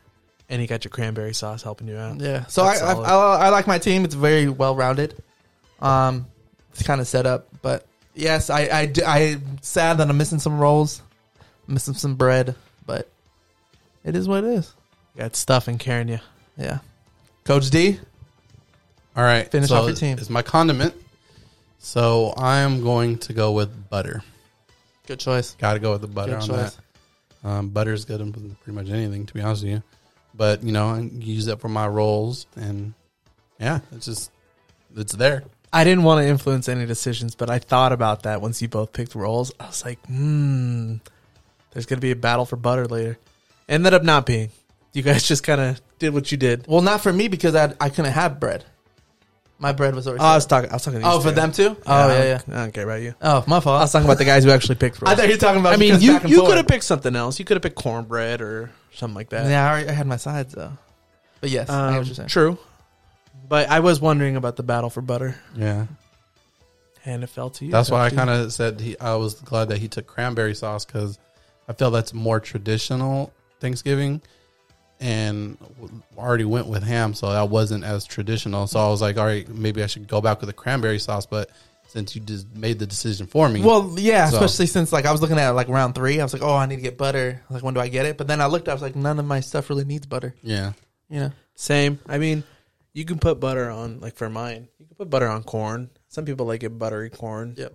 Speaker 4: and you got your cranberry sauce helping you out.
Speaker 2: Yeah. So I,
Speaker 4: That's
Speaker 2: I,
Speaker 4: solid.
Speaker 2: I I like my team. It's very well rounded. Um, it's kind of set up, but yes, I I do- I'm sad that I'm missing some rolls, missing some bread, but it is what it is.
Speaker 4: Got stuffing carrying you.
Speaker 2: Yeah. Coach D.
Speaker 1: All right.
Speaker 2: Finish
Speaker 1: so
Speaker 2: off your team.
Speaker 1: It's my condiment. So I am going to go with butter.
Speaker 2: Good choice.
Speaker 1: Got to go with the butter
Speaker 2: Good
Speaker 1: on
Speaker 2: choice.
Speaker 1: that. Um, butter's good in pretty much anything, to be honest with you. But you know, I use that for my rolls, and yeah, it's just it's there.
Speaker 4: I didn't want to influence any decisions, but I thought about that once you both picked rolls. I was like, hmm, there's going to be a battle for butter later. Ended up not being. You guys just kind of did what you did.
Speaker 2: Well, not for me because I I couldn't have bread. My bread was already.
Speaker 4: Oh, I was talking. I was talking. To
Speaker 2: oh,
Speaker 4: you
Speaker 2: for
Speaker 4: two.
Speaker 2: them too. Oh yeah yeah.
Speaker 4: I don't, I don't care about you.
Speaker 2: Oh my
Speaker 4: I was
Speaker 2: fault.
Speaker 4: talking about the guys who actually picked rolls.
Speaker 2: I
Speaker 4: I,
Speaker 2: thought you were talking about.
Speaker 4: mean,
Speaker 2: because
Speaker 4: you
Speaker 2: back and
Speaker 4: you
Speaker 2: forth.
Speaker 4: could have picked something else. You could have picked cornbread or something like that.
Speaker 2: Yeah, I, already, I had my sides though. But yes, I know
Speaker 4: Um,
Speaker 2: what you're saying.
Speaker 4: true. But I was wondering about the battle for butter.
Speaker 1: Yeah,
Speaker 4: and it fell to you.
Speaker 1: That's why I kind of said he, I was glad that he took cranberry sauce because I feel that's more traditional Thanksgiving, and w- already went with ham, so that wasn't as traditional. So I was like, all right, maybe I should go back with the cranberry sauce, but since you just made the decision for me,
Speaker 2: Well, yeah,
Speaker 1: So-
Speaker 2: especially since like I was looking at like round three, I was like, oh, I need to get butter. I was like, when do I get it? But then I looked, I was like, none of my stuff really needs butter.
Speaker 1: yeah,
Speaker 2: You know,
Speaker 4: Same. I mean, you can put butter on like for mine. You can put butter on corn. Some people like it buttery corn.
Speaker 2: Yep.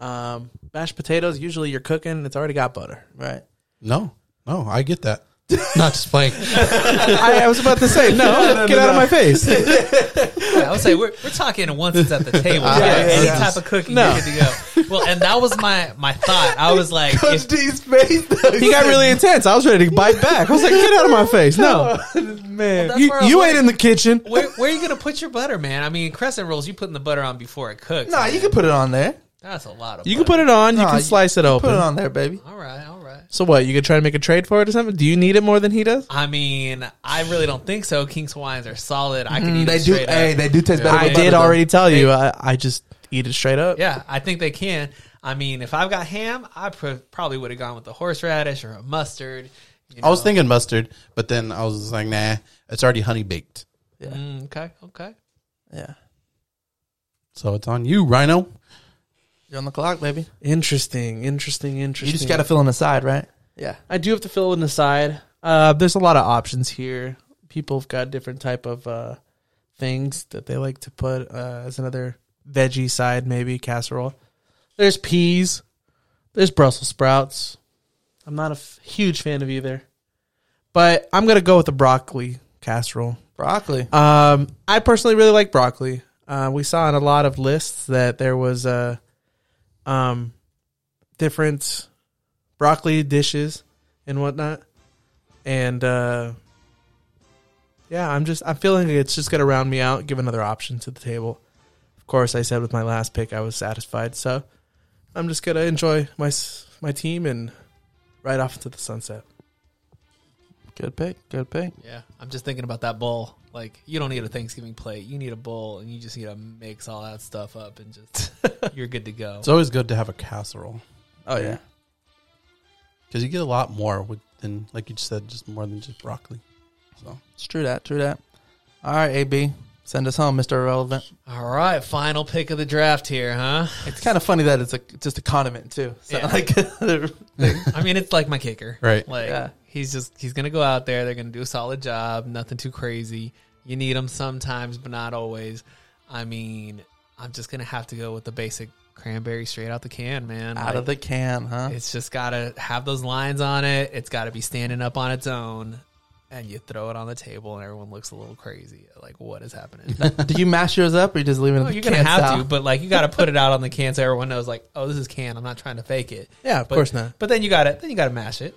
Speaker 4: Um, mashed potatoes. Usually, you're cooking. It's already got butter.
Speaker 2: right?
Speaker 1: no, no, I get that. Not just playing.
Speaker 4: I, I was about to say no. get out of my face.
Speaker 3: Yeah, I would say we're, we're talking once it's at the table. right?
Speaker 2: yeah,
Speaker 3: Any
Speaker 2: yeah.
Speaker 3: type of cooking,
Speaker 4: No.
Speaker 3: you're good to go. Well, and that was my my thought. I was like, if,
Speaker 2: D's face. though,
Speaker 4: He got really intense. I was ready to bite back. I was like, get out of my face. No.
Speaker 2: man.
Speaker 3: that's
Speaker 4: You,
Speaker 3: where I was
Speaker 4: you
Speaker 3: like,
Speaker 4: ain't in the kitchen.
Speaker 3: Where, where are you gonna put your butter, man? I mean, crescent rolls, you putting the butter on before it cooks.
Speaker 2: Nah, you can put it on there.
Speaker 3: That's a lot of.
Speaker 4: You can put it on. You
Speaker 2: Nah,
Speaker 4: can
Speaker 2: you-
Speaker 4: slice it
Speaker 2: Put
Speaker 4: open.
Speaker 2: it on there, baby.
Speaker 3: All right, all right.
Speaker 4: So what? You could try to make a trade for it or something? Do you need it more than he does?
Speaker 3: I mean, I really don't think so. King's Hawaiians are solid. I can eat
Speaker 2: Mm, They
Speaker 3: it
Speaker 2: do.
Speaker 3: straight up.
Speaker 2: Hey, they do taste better.
Speaker 4: I
Speaker 2: with
Speaker 4: did
Speaker 2: butter,
Speaker 4: already tell you. I, I just eat it straight up.
Speaker 3: Yeah, I think they can. I mean, if I've got ham, I pr- probably would have gone with a horseradish or a mustard. You
Speaker 1: I was thinking mustard, but then I was just like, nah, it's already honey baked,
Speaker 3: Mm, okay, okay.
Speaker 2: though. Yeah,
Speaker 1: so it's on you, Rhino.
Speaker 2: you're on the clock, baby.
Speaker 4: Interesting. Interesting. Interesting.
Speaker 2: You just gotta fill in the side, right? Yeah.
Speaker 4: I do have to fill in the side. Uh, there's a lot of options here. People have got different type of uh, things that they like to put uh, as another veggie side, maybe casserole. There's peas. There's Brussels sprouts. I'm not a f- huge fan of either, but I'm gonna go with the broccoli casserole.
Speaker 2: Broccoli.
Speaker 4: Um, I personally really like broccoli. Uh, we saw in a lot of lists that there was uh, um, different broccoli dishes and whatnot, and uh, yeah, I'm just I'm feeling it's just gonna round me out, give another option to the table. Of course, I said with my last pick I was satisfied, so I'm just gonna enjoy my s- my team and ride off into the sunset.
Speaker 2: Good pick. Good pick.
Speaker 3: Yeah, I'm just thinking about that bowl. Like, you don't need a Thanksgiving plate. You need a bowl, and you just need to mix all that stuff up, and just you're good to go.
Speaker 1: It's always good to have a casserole
Speaker 2: Oh yeah.
Speaker 1: because you get a lot more with than, like you just said, just more than just broccoli. So
Speaker 2: It's true that. True that. All right, AB, send us home, Mister Irrelevant.
Speaker 3: all right, final pick of the draft here, huh?
Speaker 2: It's kind of funny that it's a just a condiment too. So
Speaker 3: Yeah.
Speaker 2: like,
Speaker 3: I mean, it's like my kicker.
Speaker 1: right,
Speaker 3: Like
Speaker 2: Yeah.
Speaker 3: he's just he's gonna go out there. They're gonna do a solid job. Nothing too crazy. You need him sometimes, but not always. I mean, I'm just gonna have to go with the basic cranberry straight out the can, man.
Speaker 2: out of the can, huh?
Speaker 3: it's just gotta have those lines on it. It's gotta be standing up on its own, and you throw it on the table, and everyone looks a little crazy. Like, what is happening?
Speaker 2: Do you mash yours up or you just leave it? in
Speaker 3: No,
Speaker 2: the
Speaker 3: Oh, you're gonna
Speaker 2: can
Speaker 3: have
Speaker 2: style?
Speaker 3: to, but like you gotta put it out on the can so everyone knows, like, oh, this is can. I'm not trying to fake it.
Speaker 4: Yeah, of
Speaker 3: But-
Speaker 4: course not.
Speaker 3: But then you gotta then you gotta mash it.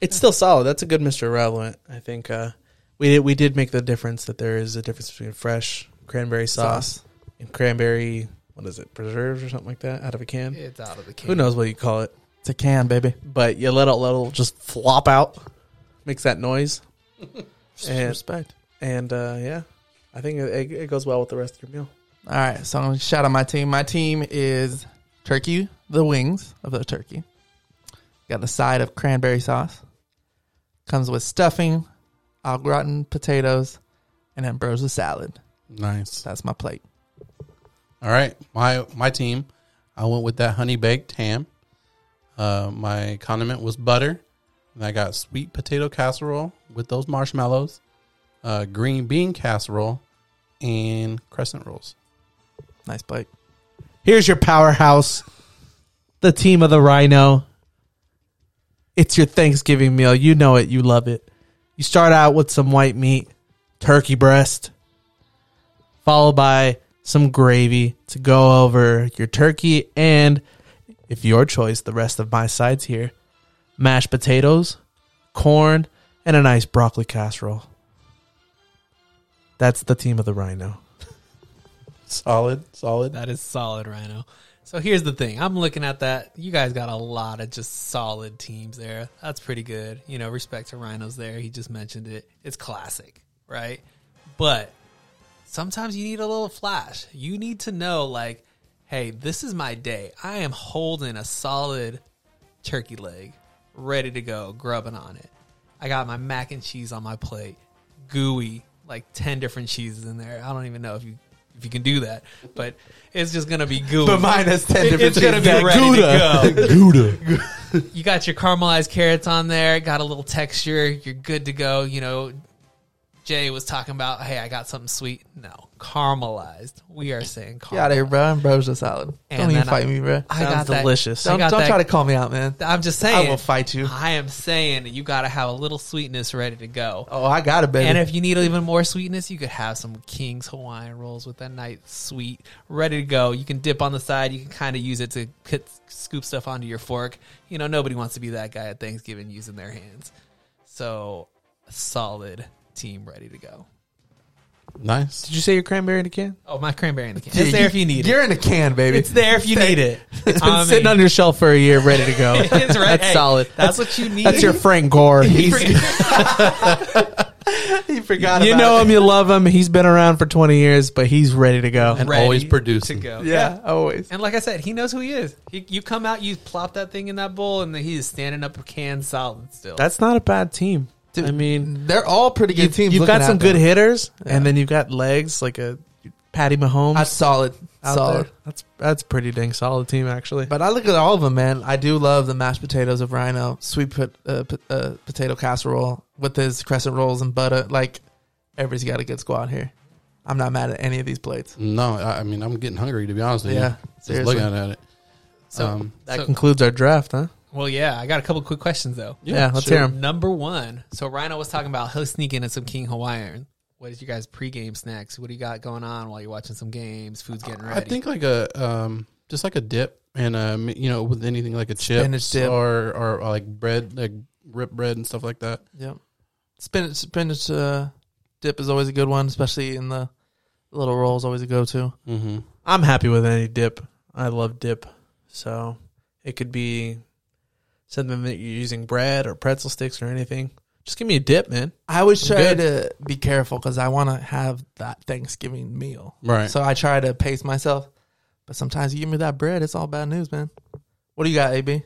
Speaker 4: It's still solid. That's a good Mr. Irrelevant. I think uh, we did we did make the difference that there is a difference between fresh cranberry sauce, and cranberry what is it preserves or something like that out of a can.
Speaker 3: It's out of the can.
Speaker 4: Who knows what you call it?
Speaker 2: It's a can, baby.
Speaker 4: But you let it let it just flop out, makes that noise, and
Speaker 2: Respect.
Speaker 4: and uh, yeah, I think it, it goes well with the rest of your meal.
Speaker 2: All right, so I'm gonna shout out my team. My team is turkey, the wings of the turkey. Got the side of cranberry sauce. Comes with stuffing, au gratin potatoes, and ambrosia salad.
Speaker 1: nice.
Speaker 2: That's my plate.
Speaker 1: All right, my my team, I went with that honey baked ham. Uh, my condiment was butter, and I got sweet potato casserole with those marshmallows, uh, green bean casserole, and crescent rolls.
Speaker 2: Nice plate.
Speaker 4: Here's your powerhouse, the team of the Rhino. It's your Thanksgiving meal. You know it. You love it. You start out with some white meat, turkey breast, followed by some gravy to go over your turkey and, if your choice, the rest of my sides here mashed potatoes, corn, and a nice broccoli casserole. That's the team of the Rhino.
Speaker 1: Solid, solid.
Speaker 3: That is solid, Rhino. So here's the thing. I'm looking at that. You guys got a lot of just solid teams there. That's pretty good. You know, respect to Rhino's there. He just mentioned it. It's classic, right? But sometimes you need a little flash. You need to know, like, hey, this is my day. I am holding a solid turkey leg, ready to go, grubbing on it. I got my mac and cheese on my plate, gooey, like ten different cheeses in there. I don't even know if you if you can do that, but it's just gonna be gooey.
Speaker 2: But mine has 10
Speaker 3: It-
Speaker 2: different
Speaker 3: It's gonna
Speaker 2: cheeses. That
Speaker 3: be ready to go.
Speaker 1: Gouda.
Speaker 3: You got your caramelized carrots on there. Got a little texture. You're good to go. You know, Jay was talking about, hey, I got something sweet. No, caramelized. We are saying caramelized.
Speaker 2: Get out of here, bro. Bro's a salad.
Speaker 3: And
Speaker 2: don't even
Speaker 3: then
Speaker 2: fight
Speaker 3: I-
Speaker 2: me, bro.
Speaker 3: I
Speaker 4: Sounds
Speaker 3: got that-
Speaker 4: delicious.
Speaker 2: Don't,
Speaker 3: got
Speaker 2: don't
Speaker 3: that-
Speaker 2: try to call me out, Oh, man.
Speaker 3: I'm just saying.
Speaker 2: I will fight you.
Speaker 3: I am saying you got to have a little sweetness ready to go.
Speaker 2: Oh, I got it, baby.
Speaker 3: And if you need even more sweetness, you could have some King's Hawaiian rolls with that nice sweet ready to go. You can dip on the side. You can kind of use it to cut, scoop stuff onto your fork. You know, nobody wants to be that guy at Thanksgiving using their hands. So, solid team ready to go.
Speaker 1: Nice.
Speaker 4: Did you say your cranberry in a can?
Speaker 3: Oh, my cranberry in the can.
Speaker 2: Yeah,
Speaker 3: It's there if you need it.
Speaker 2: You're in a can, baby.
Speaker 3: It's there if you need it.
Speaker 2: It's been
Speaker 3: I
Speaker 2: sitting
Speaker 3: mean-
Speaker 2: on your shelf for a year, ready to go.
Speaker 3: It's right.
Speaker 2: That's
Speaker 3: hey,
Speaker 2: solid.
Speaker 3: That's what you need.
Speaker 2: That's your Frank Gore. He's,
Speaker 1: He forgot
Speaker 4: You know him, you love him. He's been around for 20 years, but he's ready to go.
Speaker 1: and
Speaker 3: ready
Speaker 1: always
Speaker 3: to
Speaker 1: producing.
Speaker 3: go.
Speaker 2: yeah, always.
Speaker 3: And like I said, he knows who he is. He, you come out, you plop that thing in that bowl, and then he is standing up canned solid still.
Speaker 4: That's not a bad team.
Speaker 2: Dude,
Speaker 4: I mean,
Speaker 2: They're all pretty good teams.
Speaker 4: you've
Speaker 2: looking
Speaker 4: got some
Speaker 2: at
Speaker 4: good
Speaker 2: them.
Speaker 4: hitters, and then you've got legs like a Patty Mahomes.
Speaker 2: That's solid.
Speaker 4: out
Speaker 2: Solid.
Speaker 4: there. That's that's pretty dang solid team actually.
Speaker 2: But I look at all of them, man. I do love the mashed potatoes of Rhino, sweet pot, uh, p- uh, potato casserole with his crescent rolls and butter. Like, everybody's got a good squad here. I'm not mad at any of these plates.
Speaker 1: No, I, I mean I'm getting hungry to be honest with you.
Speaker 2: Yeah,
Speaker 1: Just
Speaker 2: seriously.
Speaker 1: looking at it.
Speaker 3: so.
Speaker 1: um,
Speaker 4: that
Speaker 3: so-
Speaker 4: concludes our draft, huh?
Speaker 3: well, yeah, I got a couple quick questions though.
Speaker 4: Yeah, let's hear 'em.
Speaker 3: Number one, so Rhino was talking about he'll sneak in at some King Hawaiian. What is your guys pregame snacks? What do you got going on while you're watching some games? Food's getting
Speaker 1: I
Speaker 3: ready.
Speaker 1: think like a um, just like a dip and um, you know with anything like a chip
Speaker 2: Spinach dip.
Speaker 1: or or like bread like rip bread and stuff like that.
Speaker 2: Yep. Spinach, spinach uh, dip is always a good one, especially in the little rolls, always a go to.
Speaker 1: Mm-hmm.
Speaker 4: I'm happy with any dip. I love dip, so it could be something that you're using bread or pretzel sticks or anything. Just give me a dip, man.
Speaker 2: I always
Speaker 4: I'm
Speaker 2: try
Speaker 4: good.
Speaker 2: to be careful because I want to have that Thanksgiving meal.
Speaker 1: Right.
Speaker 2: So I try to pace myself. But sometimes you give me that bread, it's all bad news, man. What do you got, AB?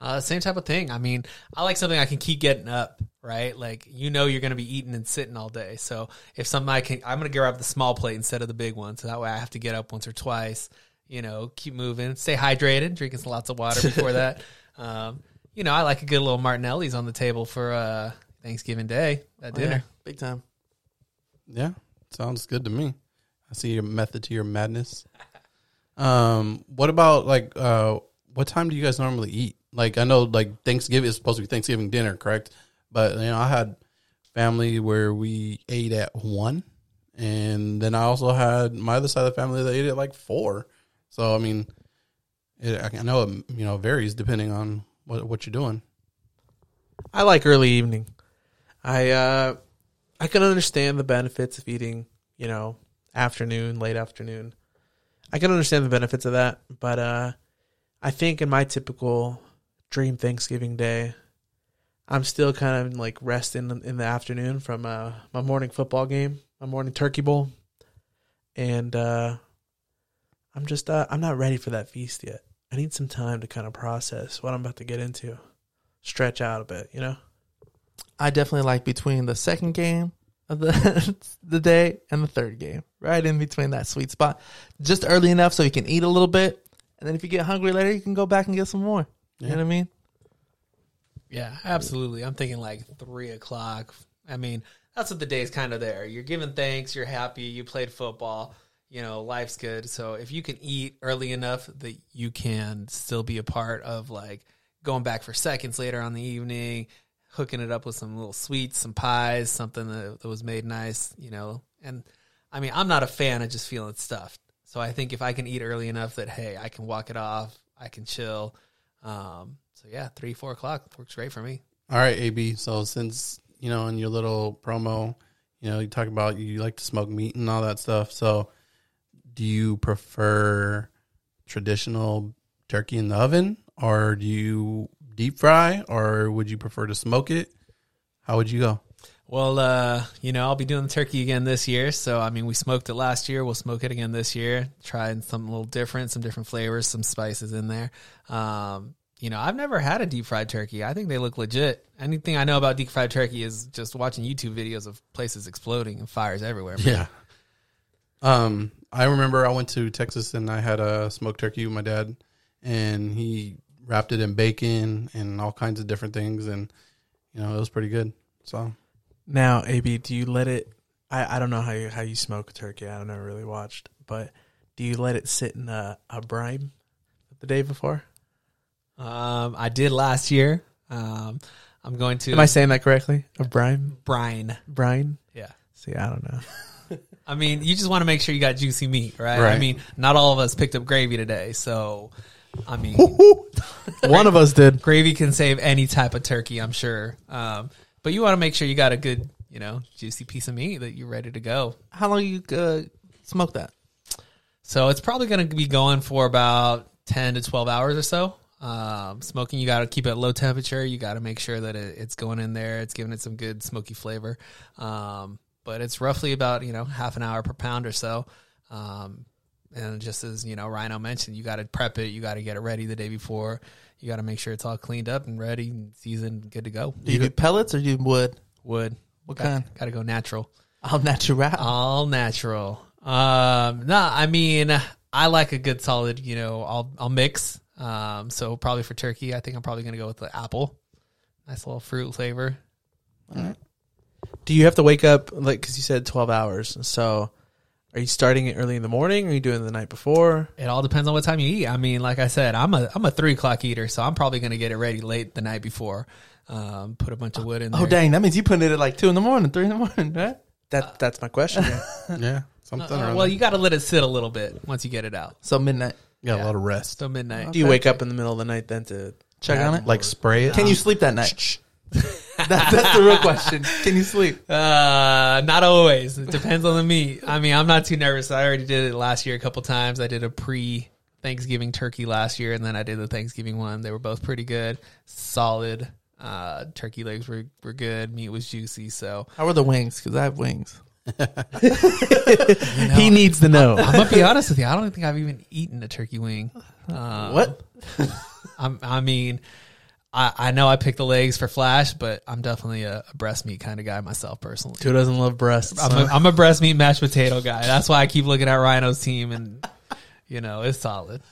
Speaker 3: Uh, same type of thing. I mean, I like something I can keep getting up, right? Like you know, you're going to be eating and sitting all day. So if something I can, I'm going to grab the small plate instead of the big one, so that way I have to get up once or twice. You know, keep moving, stay hydrated, drinking some lots of water before that. Um, you know, I like a good little Martinelli's on the table for uh, Thanksgiving Day
Speaker 1: Oh,
Speaker 3: at dinner.
Speaker 2: Big time.
Speaker 1: yeah, sounds good to me. I see your method to your madness. Um, what about like uh, what time do you guys normally eat? Like I know like Thanksgiving is supposed to be Thanksgiving dinner, correct? But you know I had family where we ate at one, and then I also had my other side of the family that ate at like four. So I mean, it, I know it you know varies depending on what what you're doing.
Speaker 4: I like early evening. I uh I can understand the benefits of eating, you know, afternoon, late afternoon. I can understand the benefits of that, but uh I think in my typical dream Thanksgiving day, I'm still kind of like resting in the afternoon from uh my morning football game, my morning turkey bowl. And uh I'm just uh I'm not ready for that feast yet. I need some time to kind of process what I'm about to get into. Stretch out a bit, you know?
Speaker 2: I definitely like between the second game of the the day and the third game, right in between that sweet spot, just early enough so you can eat a little bit, and then if you get hungry later, you can go back and get some more. You know what I mean?
Speaker 3: Yeah, absolutely. I'm thinking like three o'clock. I mean, that's what the day's kind of there. You're giving thanks, you're happy, you played football, you know, life's good. So if you can eat early enough that you can still be a part of like going back for seconds later on the evening, hooking it up with some little sweets, some pies, something that, that was made nice, you know. And I mean, I'm not a fan of just feeling stuffed. So I think if I can eat early enough that, hey, I can walk it off, I can chill. Um, so yeah, three, four o'clock works great for me.
Speaker 1: All right, AB. So since you know in your little promo, you know you talk about you like to smoke meat and all that stuff. So do you prefer traditional turkey in the oven, or do you deep fry, or would you prefer to smoke it? How would you go?
Speaker 3: Well, uh, you know, I'll be doing the turkey again this year. So, I mean, we smoked it last year. We'll smoke it again this year. Trying something a little different, some different flavors, some spices in there. Um, you know, I've never had a deep fried turkey. I think they look legit. Anything I know about deep fried turkey is just watching YouTube videos of places exploding and fires everywhere. man.
Speaker 1: Yeah. Um, I remember I went to Texas and I had a smoked turkey with my dad, and he wrapped it in bacon and all kinds of different things, and you know it was pretty good. So
Speaker 4: Now, AB, do you let it? I, I don't know how you how you smoke a turkey. I don't know. Really watched, but do you let it sit in a, a brine the day before?
Speaker 3: Um, I did last year. Um, I'm going to
Speaker 4: Am I saying that correctly? A brine,
Speaker 3: brine.
Speaker 4: brine.
Speaker 3: Yeah.
Speaker 4: See, I don't know.
Speaker 3: I mean, you just want to make sure you got juicy meat, right? I
Speaker 1: Right.
Speaker 3: mean, not all of us picked up gravy today, so I mean,
Speaker 4: One of us did.
Speaker 3: gravy can save any type of turkey, I'm sure. Um, but you want to make sure you got a good, you know, juicy piece of meat that you're ready to go.
Speaker 2: How long you uh, smoke that?
Speaker 3: So it's probably going to be going for about 10 to 12 hours or so. Um, smoking, you got to keep it at low temperature. You got to make sure that it, it's going in there. It's giving it some good smoky flavor. Um, but it's roughly about, you know, half an hour per pound or so. Um, and just as, you know, Rhino mentioned, you got to prep it. You got to get it ready the day before. You got to make sure it's all cleaned up and ready, and seasoned, good to go.
Speaker 2: Do you do pellets or do you wood?
Speaker 3: Wood. What
Speaker 2: kind? Oh,
Speaker 3: Got to go natural.
Speaker 2: All natural.
Speaker 3: All natural. Um, nah, I mean, I like a good solid. You know, I'll I'll mix. Um, so probably for turkey, I think I'm probably gonna go with the apple. Nice little fruit flavor.
Speaker 4: Do you have to wake up like because you said twelve hours? So, are you starting it early in the morning? Or are you doing it the night before?
Speaker 3: It all depends on what time you eat. I mean, like I said, I'm a I'm a three o'clock eater, so I'm probably gonna get it ready late the night before. Um, put a bunch of wood in there.
Speaker 2: Oh dang, that means you put it at like two in the morning, three in the morning, right?
Speaker 4: That that's my question.
Speaker 1: yeah, something.
Speaker 3: Uh,
Speaker 1: around
Speaker 3: well,
Speaker 1: there.
Speaker 3: you got to let it sit a little bit once you get it out.
Speaker 2: So midnight.
Speaker 1: you got a lot of rest.
Speaker 3: So
Speaker 2: Oh,
Speaker 3: midnight.
Speaker 4: do you wake up in the middle of the night then to?
Speaker 2: Check on it.
Speaker 1: Like spray it.
Speaker 2: can you sleep that night? that, that's the real question. Can you sleep?
Speaker 3: Uh, not always. It depends on the meat. I mean, I'm not too nervous. I already did it last year a couple times. I did a pre Thanksgiving turkey last year, and then I did the Thanksgiving one. They were both pretty good, solid. Uh, turkey legs were, were good. Meat was juicy. So
Speaker 2: How are the wings? Because I have wings.
Speaker 4: He needs to know.
Speaker 3: I'm gonna be honest with you. I don't think I've even eaten a turkey wing. Um,
Speaker 2: What?
Speaker 3: I'm, I mean, I, I know I picked the legs for Flash, but I'm definitely a, a breast meat kind of guy myself personally.
Speaker 4: Who doesn't love breasts?
Speaker 3: I'm a, I'm a breast meat mashed potato guy. That's why I keep looking at Rhino's team, and you know it's solid.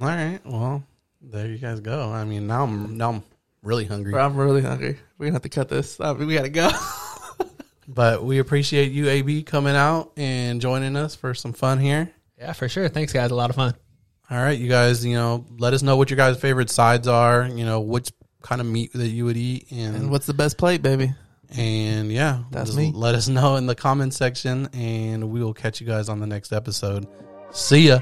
Speaker 1: All right. Well, there you guys go. I mean, now I'm now I'm really hungry.
Speaker 2: Bro, I'm really hungry. We're gonna have to cut this. Uh, we gotta go.
Speaker 1: But we appreciate you, AB, coming out and joining us for some fun here.
Speaker 3: Yeah, for sure. Thanks, guys. A lot of fun.
Speaker 1: All right, you guys. You know, let us know what your guys' favorite sides are. You know, which kind of meat that you would eat, and,
Speaker 2: and what's the best plate, baby?
Speaker 1: And yeah,
Speaker 2: That's
Speaker 1: just
Speaker 2: me.
Speaker 1: Let us know in the comment section, and we will catch you guys on the next episode. See ya.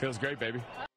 Speaker 5: Feels great, baby.